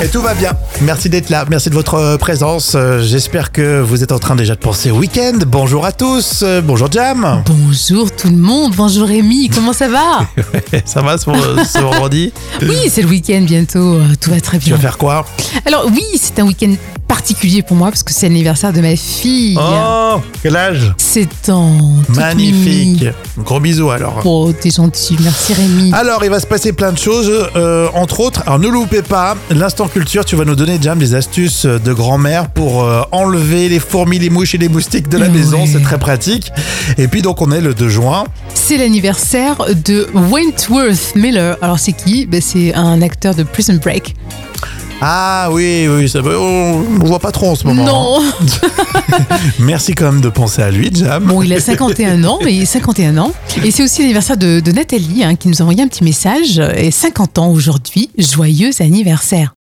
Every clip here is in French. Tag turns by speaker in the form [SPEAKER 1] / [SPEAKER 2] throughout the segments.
[SPEAKER 1] mais tout va bien. Merci d'être là, merci de votre présence. Euh, J'espère que vous êtes en train déjà de penser au week-end. Bonjour à tous, Euh, bonjour Jam.
[SPEAKER 2] Bonjour tout le monde, bonjour Rémi, comment ça va
[SPEAKER 1] Eh, Ça va ce, ce vendredi
[SPEAKER 2] Oui, c'est le week-end bientôt, euh, tout va très
[SPEAKER 1] Tu vas
[SPEAKER 2] bien.
[SPEAKER 1] faire quoi
[SPEAKER 2] Alors oui, c'est un week-end particulier pour moi parce que c'est l'anniversaire de ma fille.
[SPEAKER 1] Oh, quel âge
[SPEAKER 2] C'est en
[SPEAKER 1] Magnifique. Gros bisous alors.
[SPEAKER 2] Oh, t'es gentil, merci Rémi.
[SPEAKER 1] Alors, il va se passer plein de choses, euh, entre autres, alors ne loupez pas l'instant culture, tu vas nous donner, Jam, des astuces de grand-mère pour euh, enlever les fourmis, les mouches et les moustiques de la
[SPEAKER 2] Ouais.
[SPEAKER 1] maison, c'est très pratique. Et puis donc, on est le 2 juin,
[SPEAKER 2] C'est l'anniversaire de Wentworth Miller. Alors c'est qui Ben, C'est un acteur de Prison Break.
[SPEAKER 1] Ah oui, oui, ça va. On, on voit pas trop en ce moment.
[SPEAKER 2] non
[SPEAKER 1] hein. Merci quand même de penser à lui, Jam.
[SPEAKER 2] Bon, il a 51 ans, mais 51 ans. Et c'est aussi l'anniversaire de, de Nathalie hein, qui nous a envoyé un petit message. Et 50 ans aujourd'hui, joyeux anniversaire.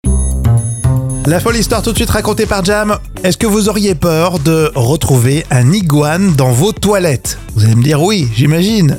[SPEAKER 1] La folle histoire tout de suite racontée par Jam. Est-ce que vous auriez peur de retrouver un iguane dans vos toilettes Vous allez me dire oui, j'imagine.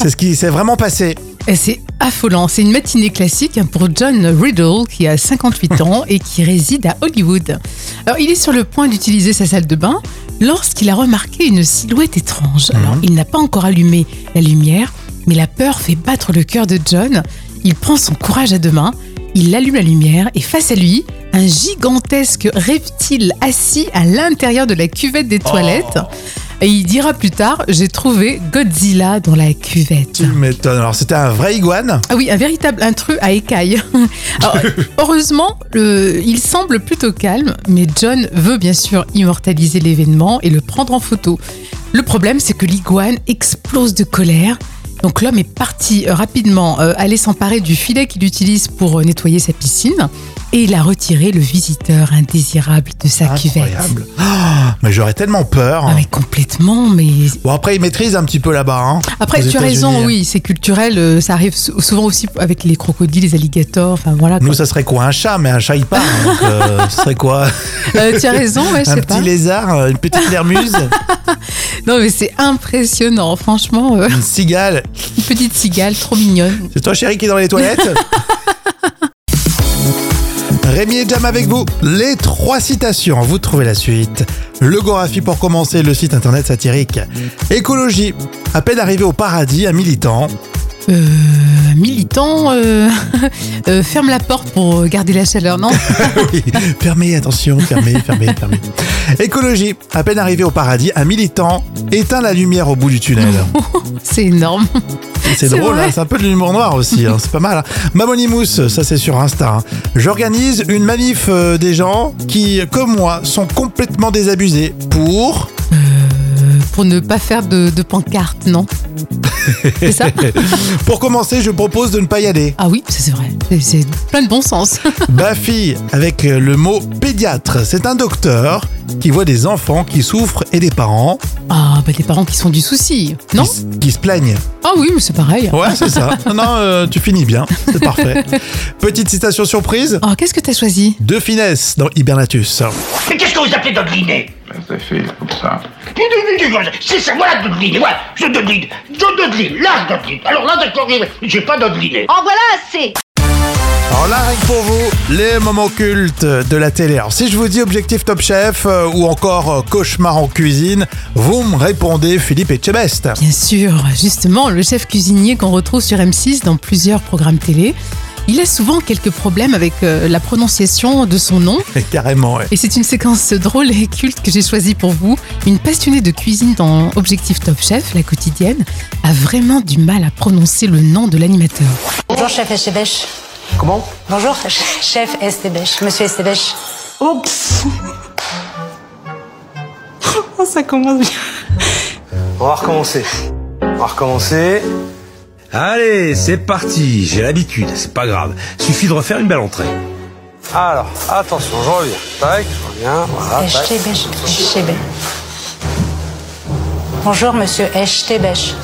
[SPEAKER 1] C'est ce qui s'est vraiment passé.
[SPEAKER 2] Et C'est affolant. C'est une matinée classique pour John Riddle, qui a 58 ans et qui réside à Hollywood. Alors, il est sur le point d'utiliser sa salle de bain lorsqu'il a remarqué une silhouette étrange. Alors, il n'a pas encore allumé la lumière, mais la peur fait battre le cœur de John. Il prend son courage à deux mains, il allume la lumière et face à lui, un gigantesque reptile assis à l'intérieur de la cuvette des toilettes. Et il dira plus tard, j'ai trouvé Godzilla dans la cuvette.
[SPEAKER 1] Tu m'étonnes. Alors, c'était un vrai iguane
[SPEAKER 2] Ah oui, un véritable intrus à écailles. Alors, heureusement, le- il semble plutôt calme, mais John veut bien sûr immortaliser l'événement et le prendre en photo. Le problème, c'est que l'iguane explose de colère. Donc l'homme est parti euh, rapidement euh, aller s'emparer du filet qu'il utilise pour euh, nettoyer sa piscine et il a retiré le visiteur indésirable de sa cuvette.
[SPEAKER 1] Incroyable. Ah, mais j'aurais tellement peur. hein.
[SPEAKER 2] Ah mais complètement, mais
[SPEAKER 1] Bon, après, il maîtrise un petit peu là-bas. hein,
[SPEAKER 2] Après,
[SPEAKER 1] aux
[SPEAKER 2] tu as
[SPEAKER 1] États-Unis,
[SPEAKER 2] raison,
[SPEAKER 1] hein.
[SPEAKER 2] oui, c'est culturel. euh, Ça arrive sou- souvent aussi avec les crocodiles, les alligators. Enfin voilà. quoi.
[SPEAKER 1] Nous, ça serait quoi Un chat, mais un chat, il part. Donc, euh, ce serait quoi
[SPEAKER 2] Euh, tu as raison, ouais, je
[SPEAKER 1] Un
[SPEAKER 2] sais
[SPEAKER 1] petit
[SPEAKER 2] pas.
[SPEAKER 1] lézard Une petite lermuse
[SPEAKER 2] Non, mais c'est impressionnant, franchement. euh,
[SPEAKER 1] Une cigale
[SPEAKER 2] une petite cigale, trop mignonne.
[SPEAKER 1] C'est toi, chérie, qui est dans les toilettes Rémi et Jam avec vous. Les trois citations, vous trouvez la suite. Le Gorafi pour commencer, le site internet satirique. Écologie. À peine arrivé au paradis, un militant.
[SPEAKER 2] Euh, militant, euh, euh, ferme la porte pour garder la chaleur, non
[SPEAKER 1] Oui, fermez, attention, fermez, fermez, fermez. Écologie. À peine arrivé au paradis, un militant éteint la lumière au bout du tunnel.
[SPEAKER 2] C'est énorme.
[SPEAKER 1] C'est
[SPEAKER 2] C'est
[SPEAKER 1] drôle,
[SPEAKER 2] vrai.
[SPEAKER 1] hein, c'est un peu de l'humour noir aussi, hein, c'est pas mal. hein. Mamonimous, ça c'est sur Insta. hein. J'organise une manif euh, des gens qui, comme moi, sont complètement désabusés pour...
[SPEAKER 2] Pour ne pas faire de, de pancarte, non C'est ça
[SPEAKER 1] Pour commencer, je propose de ne pas y aller.
[SPEAKER 2] Ah oui, ça, c'est vrai. C'est- C'est plein de bon sens.
[SPEAKER 1] Bafi, avec euh, le mot pédiatre, c'est un docteur qui voit des enfants qui souffrent et des parents
[SPEAKER 2] Ah, bah les parents qui sont du souci,
[SPEAKER 1] qui
[SPEAKER 2] non
[SPEAKER 1] s- Oh. qui se plaignent.
[SPEAKER 2] Ah oui, mais c'est pareil.
[SPEAKER 1] Ouais, c'est ça. Non, Non, euh, tu finis bien, c'est parfait. Petite citation surprise
[SPEAKER 2] Oh, qu'est-ce que t'as choisi
[SPEAKER 1] de finesse dans Hibernatus.
[SPEAKER 3] Mais qu'est-ce que vous appelez dogliner
[SPEAKER 4] Ben, c'est fait comme ça.
[SPEAKER 3] C'est ça, voilà dogliner, ouais, je dogline, je dogline, là je dogline. Alors là, d'accord, j'ai pas dogliné.
[SPEAKER 5] En voilà assez
[SPEAKER 1] Alors là, rien que pour vous, les moments cultes de la télé. Alors si je vous dis objectif top chef euh, ou encore euh, cauchemar en cuisine, vous me répondez Philippe Etchebest.
[SPEAKER 2] Bien sûr, justement, le chef cuisinier qu'on retrouve sur M6 dans plusieurs programmes télé, il a souvent quelques problèmes avec euh, la prononciation de son nom.
[SPEAKER 1] Carrément, ouais.
[SPEAKER 2] Et c'est une séquence drôle et culte que j'ai choisie pour vous. Une passionnée de cuisine dans Objectif Top Chef, la quotidienne, a vraiment du mal à prononcer le nom de l'animateur.
[SPEAKER 6] Bonjour chef Estébèche.
[SPEAKER 7] Comment
[SPEAKER 6] Bonjour ch- chef Estébèche, monsieur Estébèche.
[SPEAKER 7] Oups Oh, ça commence bien.
[SPEAKER 8] On va recommencer. On va recommencer.
[SPEAKER 9] Allez, c'est parti, j'ai l'habitude, c'est pas grave. Suffit de refaire une belle entrée.
[SPEAKER 8] Alors, attention, je reviens. Tac, je reviens. Voilà, tac.
[SPEAKER 6] Estébèche, Estébèche. Bonjour monsieur Estébèche.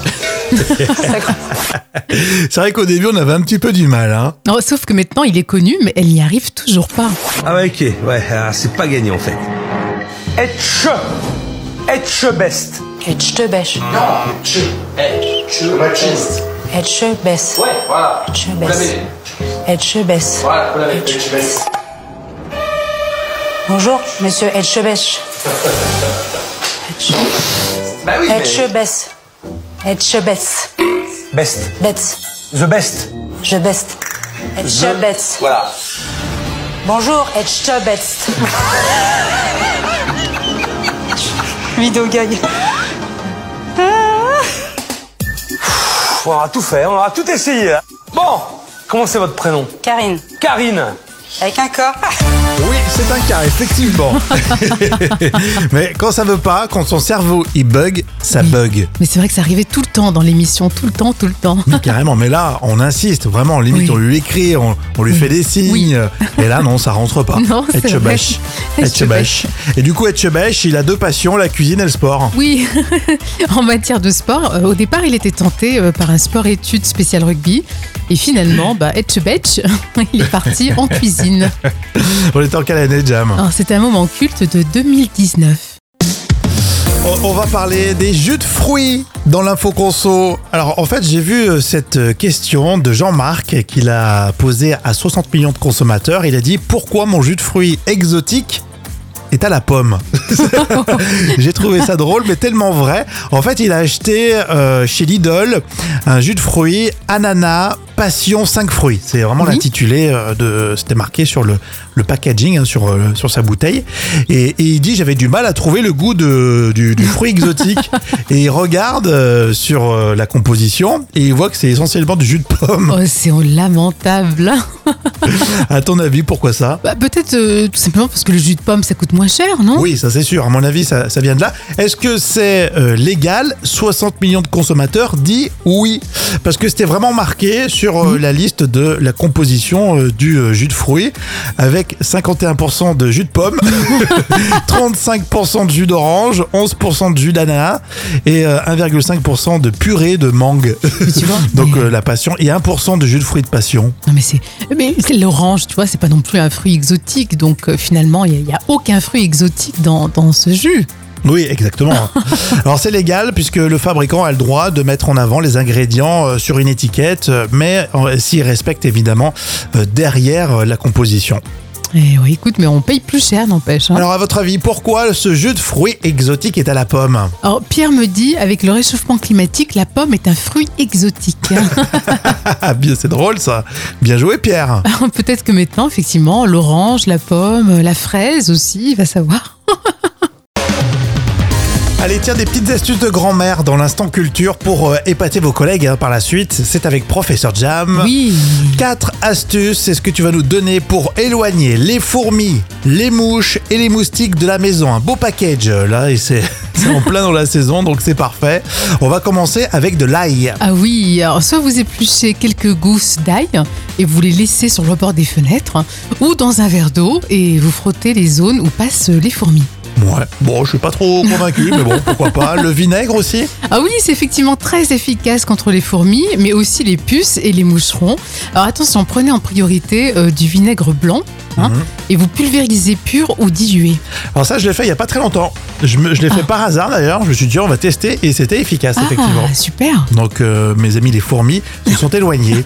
[SPEAKER 1] C'est vrai qu'au début, on avait un petit peu du mal. Hein.
[SPEAKER 2] Non, Oh, sauf que maintenant, il est connu, mais elle n'y arrive toujours pas.
[SPEAKER 9] Ah ouais, ok, ouais, ah, c'est pas gagné en fait.
[SPEAKER 8] Etche Etche best
[SPEAKER 6] Estébèche. Estébèche. Ouais, voilà. Estébèche. Estébèche. Bonjour, monsieur Etchebest.
[SPEAKER 8] Bah oui, mais...
[SPEAKER 6] Etchebest. Etchebest.
[SPEAKER 8] Best.
[SPEAKER 6] Betz.
[SPEAKER 8] The best.
[SPEAKER 6] Je best. Etchebest.
[SPEAKER 8] Voilà.
[SPEAKER 6] Bonjour, Etchebest.
[SPEAKER 7] Vidéo gag.
[SPEAKER 8] Pff, on aura tout fait, on aura tout essayé. là. Bon, comment c'est votre prénom
[SPEAKER 6] Karine,
[SPEAKER 8] Karine.
[SPEAKER 6] avec un corps.
[SPEAKER 1] Oui, c'est un cas, effectivement. Mais quand ça veut pas, quand son cerveau il bug, ça
[SPEAKER 2] Oui.
[SPEAKER 1] bug.
[SPEAKER 2] Mais c'est vrai que ça arrivait tout le temps dans l'émission, tout le temps, tout le temps.
[SPEAKER 1] Mais carrément, mais là, on insiste, vraiment, limite,
[SPEAKER 2] Oui.
[SPEAKER 1] on lui écrit, on, on lui fait des signes.
[SPEAKER 2] Oui.
[SPEAKER 1] Et là, non, ça rentre pas.
[SPEAKER 2] Non, c'est
[SPEAKER 1] Etchebest.
[SPEAKER 2] vrai.
[SPEAKER 1] Etchebest. Et du coup, Etchebest, il a deux passions, la cuisine et le sport.
[SPEAKER 2] Oui, en matière de sport, euh, au départ, il était tenté euh, par un sport études spécial rugby. Et finalement, bah, Etchebetch, il est parti en cuisine.
[SPEAKER 1] On était en quelle année, Jam
[SPEAKER 2] Alors, c'est un moment culte de 2019.
[SPEAKER 1] On- On va parler des jus de fruits dans l'info conso. Alors en fait, j'ai vu euh, cette euh, question de Jean-Marc qu'il a posée à 60 millions de consommateurs. Il a dit pourquoi mon jus de fruits exotique est à la pomme. J'ai trouvé ça drôle, mais tellement vrai. En fait, il a acheté euh, chez Lidl un jus de fruits ananas passion 5 fruits. C'est vraiment
[SPEAKER 2] Oui.
[SPEAKER 1] l'intitulé euh, de. C'était marqué sur le, le packaging, hein, sur, euh, sur sa bouteille. Et, et il dit j'avais du mal à trouver le goût de, du, du fruit exotique. et il regarde euh, sur euh, la composition et il voit que c'est essentiellement du jus de pomme.
[SPEAKER 2] Oh, c'est lamentable. hein.
[SPEAKER 1] À ton avis, pourquoi ça
[SPEAKER 2] Bah, Peut-être euh, tout simplement parce que le jus de pomme, ça coûte moins cher, non
[SPEAKER 1] Oui, ça c'est sûr. À mon avis, ça, ça vient de là. Est-ce que c'est euh, légal 60 millions de consommateurs dit oui. Parce que c'était vraiment marqué sur
[SPEAKER 2] Mhm.
[SPEAKER 1] euh, la liste de la composition euh, du euh, jus de fruits avec 51% de jus de pomme, 35% de jus d'orange, 11% de jus d'ananas et euh, 1,5% de purée de mangue.
[SPEAKER 2] Mais tu vois,
[SPEAKER 1] Donc
[SPEAKER 2] mais-
[SPEAKER 1] euh, la passion et 1% de jus de fruits de passion.
[SPEAKER 2] Non, mais c'est mais c'est l'orange, tu vois, c'est pas non plus un fruit exotique. Donc euh, finalement, il n'y a, aucun fruit exotique dans, dans ce jus.
[SPEAKER 1] Oui, exactement. Alors c'est légal puisque le fabricant a le droit de mettre en avant les ingrédients euh, sur une étiquette, euh, mais euh, s'il respecte évidemment euh, derrière euh, la composition.
[SPEAKER 2] Eh oui, écoute, mais on paye plus cher, n'empêche. hein.
[SPEAKER 1] Alors à votre avis, pourquoi ce jus de fruits exotique est à la pomme
[SPEAKER 2] Alors, Oh, Pierre me dit, avec le réchauffement climatique, la pomme est un fruit exotique.
[SPEAKER 1] Ah bien, c'est drôle ça. Bien joué Pierre.
[SPEAKER 2] Peut-être que maintenant, effectivement, l'orange, la pomme, la fraise aussi, va savoir.
[SPEAKER 1] Allez, tiens des petites astuces de grand-mère dans l'instant culture pour euh, épater vos collègues hein, par la suite. C'est avec professeur Jam.
[SPEAKER 2] Oui.
[SPEAKER 1] 4 astuces, c'est ce que tu vas nous donner pour éloigner les fourmis, les mouches et les moustiques de la maison. Un beau package euh, là, et c'est c'est en plein dans la saison, donc c'est parfait. On va commencer avec de l'ail.
[SPEAKER 2] Ah oui, alors soit vous épluchez quelques gousses d'ail et vous les laissez sur le bord des fenêtres ou dans un verre d'eau et vous frottez les zones où passent les fourmis.
[SPEAKER 1] Ouais, bon, je suis pas trop convaincu, mais bon, pourquoi pas. Le vinaigre aussi
[SPEAKER 2] Ah oui, c'est effectivement très efficace contre les fourmis, mais aussi les puces et les moucherons. Alors attention, prenez en priorité euh, du vinaigre blanc hein,
[SPEAKER 1] Mhm.
[SPEAKER 2] et vous pulvérisez pur ou dilué.
[SPEAKER 1] Alors ça, je l'ai fait il y a pas très longtemps. Je, me- je l'ai fait par hasard d'ailleurs, je me suis dit on va tester, et c'était efficace effectivement.
[SPEAKER 2] Ah, super
[SPEAKER 1] Donc euh, mes amis les fourmis se sont éloignés.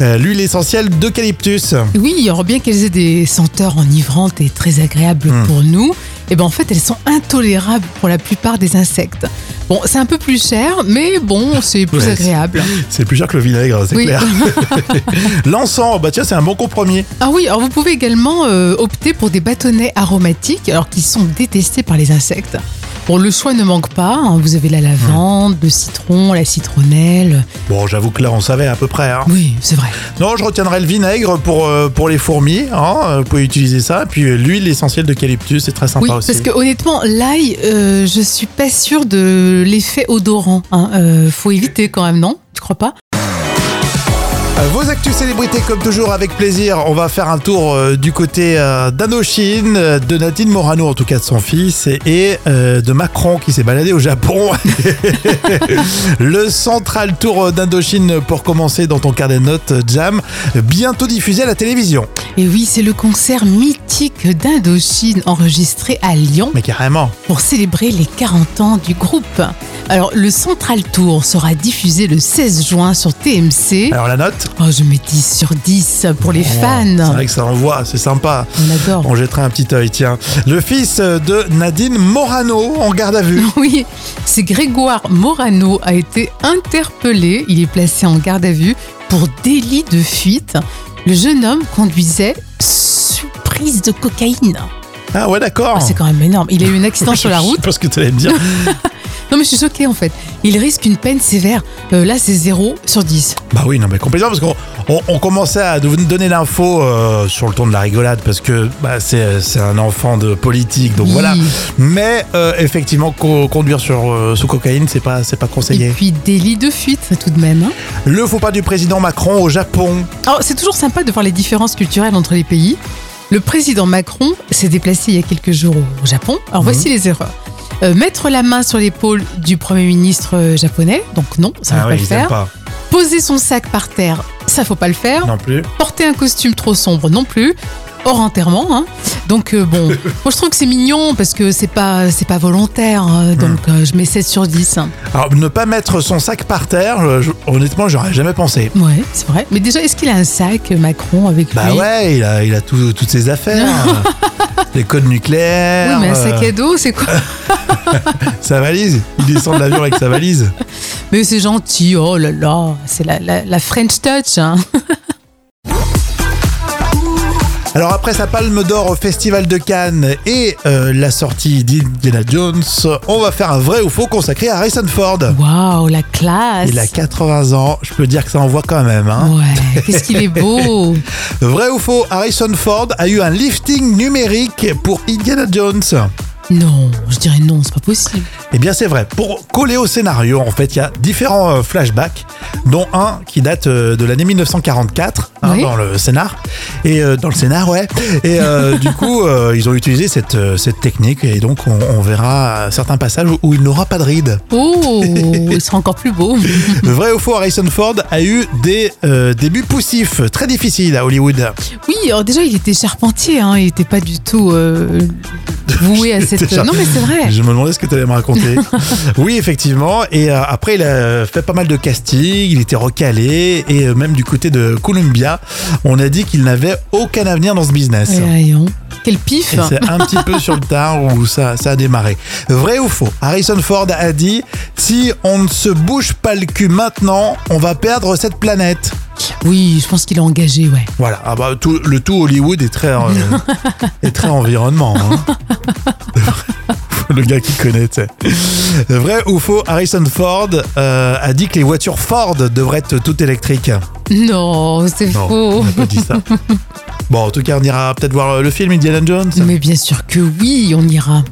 [SPEAKER 1] Euh, L'huile essentielle d'eucalyptus.
[SPEAKER 2] Oui, il y aura bien qu'elles aient des senteurs enivrantes et très agréables
[SPEAKER 1] Mhm.
[SPEAKER 2] pour nous. Et ben en fait, elles sont intolérables pour la plupart des insectes. Bon, c'est un peu plus cher, mais bon, c'est plus
[SPEAKER 1] Ouais,
[SPEAKER 2] agréable.
[SPEAKER 1] C'est plus cher que le vinaigre, c'est
[SPEAKER 2] Oui.
[SPEAKER 1] clair. L'encens, bah tiens, c'est un bon compromis.
[SPEAKER 2] Ah oui, alors vous pouvez également euh, opter pour des bâtonnets aromatiques, alors qu'ils sont détestés par les insectes. Bon, le choix ne manque pas. hein. Vous avez la lavande, le citron, la citronnelle.
[SPEAKER 1] Bon, j'avoue que là, on savait à peu près. hein.
[SPEAKER 2] Oui, c'est vrai.
[SPEAKER 1] Non, je retiendrai le vinaigre pour, euh, pour les fourmis. Hein, euh, vous pouvez utiliser ça. Puis euh, l'huile essentielle d'eucalyptus, c'est très sympa
[SPEAKER 2] Oui,
[SPEAKER 1] aussi.
[SPEAKER 2] parce que honnêtement, l'ail, euh, je suis pas sûre de l'effet odorant. Hein. Euh, faut éviter quand même, non Tu crois pas
[SPEAKER 1] Euh, Vos actus célébrités, comme toujours, avec plaisir. On va faire un tour euh, du côté euh, d'Indochine, euh, de Nadine Morano, en tout cas de son fils, et, et, euh, de Macron qui s'est baladé au Japon. Le central tour euh, d'Indochine pour commencer dans ton carnet de notes, euh, Jam, bientôt diffusé à la télévision.
[SPEAKER 2] Et oui, c'est le concert mythique d'Indochine enregistré à Lyon
[SPEAKER 1] Mais carrément.
[SPEAKER 2] pour célébrer les 40 ans du groupe. Alors, le Central Tour sera diffusé le 16 juin sur TMC.
[SPEAKER 1] Alors la note
[SPEAKER 2] Oh, je mets 10 sur 10 pour les
[SPEAKER 1] Oh, C'est
[SPEAKER 2] fans.
[SPEAKER 1] vrai que ça envoie, c'est sympa.
[SPEAKER 2] On adore.
[SPEAKER 1] On jettera un petit œil, tiens. Le fils euh, de Nadine Morano en garde à vue.
[SPEAKER 2] Oui, c'est Grégoire Morano a été interpellé. Il est placé en garde à vue pour délit de fuite. Le jeune homme conduisait sous prise de cocaïne.
[SPEAKER 1] Ah ouais, d'accord.
[SPEAKER 2] Ah, c'est quand même énorme. Il a eu un accident sur la
[SPEAKER 1] Je sais
[SPEAKER 2] route.
[SPEAKER 1] pas ce que tu allais me dire.
[SPEAKER 2] Non, mais je suis choquée en fait. Il risque une peine sévère. Euh, là, c'est 0 sur 10.
[SPEAKER 1] bah oui, non, mais complètement, parce qu'on on, on commençait à vous donner l'info euh, sur le ton de la rigolade, parce que bah, c'est c'est un enfant de politique, donc
[SPEAKER 2] Oui.
[SPEAKER 1] voilà. Mais euh, effectivement, co- conduire sur, euh, sous cocaïne, c'est pas, c'est pas
[SPEAKER 2] Et
[SPEAKER 1] conseillé.
[SPEAKER 2] puis délit de fuite tout de même. hein.
[SPEAKER 1] Le faux pas du président Macron au Japon.
[SPEAKER 2] Alors, c'est toujours sympa de voir les différences culturelles entre les pays. Le président Macron s'est déplacé il y a quelques jours au Japon. Alors, voici
[SPEAKER 1] Mhm.
[SPEAKER 2] les erreurs. Euh, mettre la main sur l'épaule du Premier ministre euh, japonais, donc non, ça ne
[SPEAKER 1] ah
[SPEAKER 2] faut
[SPEAKER 1] oui,
[SPEAKER 2] pas le
[SPEAKER 1] ils aiment
[SPEAKER 2] faire.
[SPEAKER 1] pas.
[SPEAKER 2] Poser son sac par terre, ça faut pas le faire.
[SPEAKER 1] Non plus.
[SPEAKER 2] Porter un costume trop sombre non plus. Hors enterrement, hein. Donc euh, bon, moi je trouve que c'est mignon parce que c'est pas c'est pas volontaire,
[SPEAKER 1] Hmm.
[SPEAKER 2] euh, donc euh, je mets 7 sur 10. hein.
[SPEAKER 1] Alors, ne pas mettre son sac par terre, euh, je- honnêtement, j'aurais jamais pensé.
[SPEAKER 2] Ouais, c'est vrai. Mais déjà, est-ce qu'il a un sac euh, Macron avec
[SPEAKER 1] Bah
[SPEAKER 2] lui
[SPEAKER 1] ouais, il a, il a tout- toutes ses affaires. Les codes
[SPEAKER 2] Oui,
[SPEAKER 1] nucléaires,
[SPEAKER 2] mais un
[SPEAKER 1] euh,
[SPEAKER 2] sac à dos, c'est quoi
[SPEAKER 1] sa valise. Il descend de l'avion avec sa valise.
[SPEAKER 2] Mais c'est gentil, oh là là, c'est la, la- la French touch. hein.
[SPEAKER 1] Alors après sa palme d'or au Festival de Cannes et euh, la sortie d'Indiana Jones, on va faire un vrai ou faux consacré à Harrison Ford.
[SPEAKER 2] Waouh, la classe.
[SPEAKER 1] Il a 80 ans, je peux dire que ça envoie quand même. hein.
[SPEAKER 2] Ouais, qu'est-ce qu'il est beau.
[SPEAKER 1] Vrai ou faux, Harrison Ford a eu un lifting numérique pour Indiana Jones.
[SPEAKER 2] Non, je dirais non, c'est pas possible.
[SPEAKER 1] Eh bien c'est vrai, pour coller au scénario, en fait, il y a différents euh, flashbacks, dont un qui date euh, de l'année 1944, hein,
[SPEAKER 2] Oui.
[SPEAKER 1] dans le scénar. Et euh, dans le scénar, ouais. Et euh, du coup, euh, ils ont utilisé cette, euh, cette technique, et donc on, on verra certains passages où il n'aura pas de rides.
[SPEAKER 2] Oh, il sera encore plus beau.
[SPEAKER 1] Vrai ou faux, Harrison Ford a eu des euh, débuts poussifs, très difficiles à Hollywood.
[SPEAKER 2] Oui, alors déjà, il était charpentier, hein, il était pas du tout euh, voué à cette.
[SPEAKER 1] Déjà,
[SPEAKER 2] Non, mais c'est vrai.
[SPEAKER 1] Je me demandais ce que tu allais me raconter. oui, effectivement. Et euh, après, il a fait pas mal de castings, il était recalé. Et euh, même du côté de Columbia, on a dit qu'il n'avait aucun avenir dans ce business.
[SPEAKER 2] Eh, voyons. Quel
[SPEAKER 1] Et
[SPEAKER 2] pif.
[SPEAKER 1] c'est un petit peu sur le tard où ça, ça a démarré. Vrai ou faux Harrison Ford a dit si on ne se bouge pas le cul maintenant, on va perdre cette planète.
[SPEAKER 2] Oui, je pense qu'il est engagé, ouais.
[SPEAKER 1] Voilà. Ah bah, tout- le tout Hollywood est très, euh, est très environnement. hein. le gars qui connaît, tu sais. Vrai ou faux, Harrison Ford euh, a dit que les voitures Ford devraient être toutes électriques.
[SPEAKER 2] Non, c'est
[SPEAKER 1] Non,
[SPEAKER 2] faux.
[SPEAKER 1] on n'a pas dit ça. Bon, en tout cas, on ira peut-être voir le film euh, Indiana Jones.
[SPEAKER 2] Mais bien sûr que oui, on ira.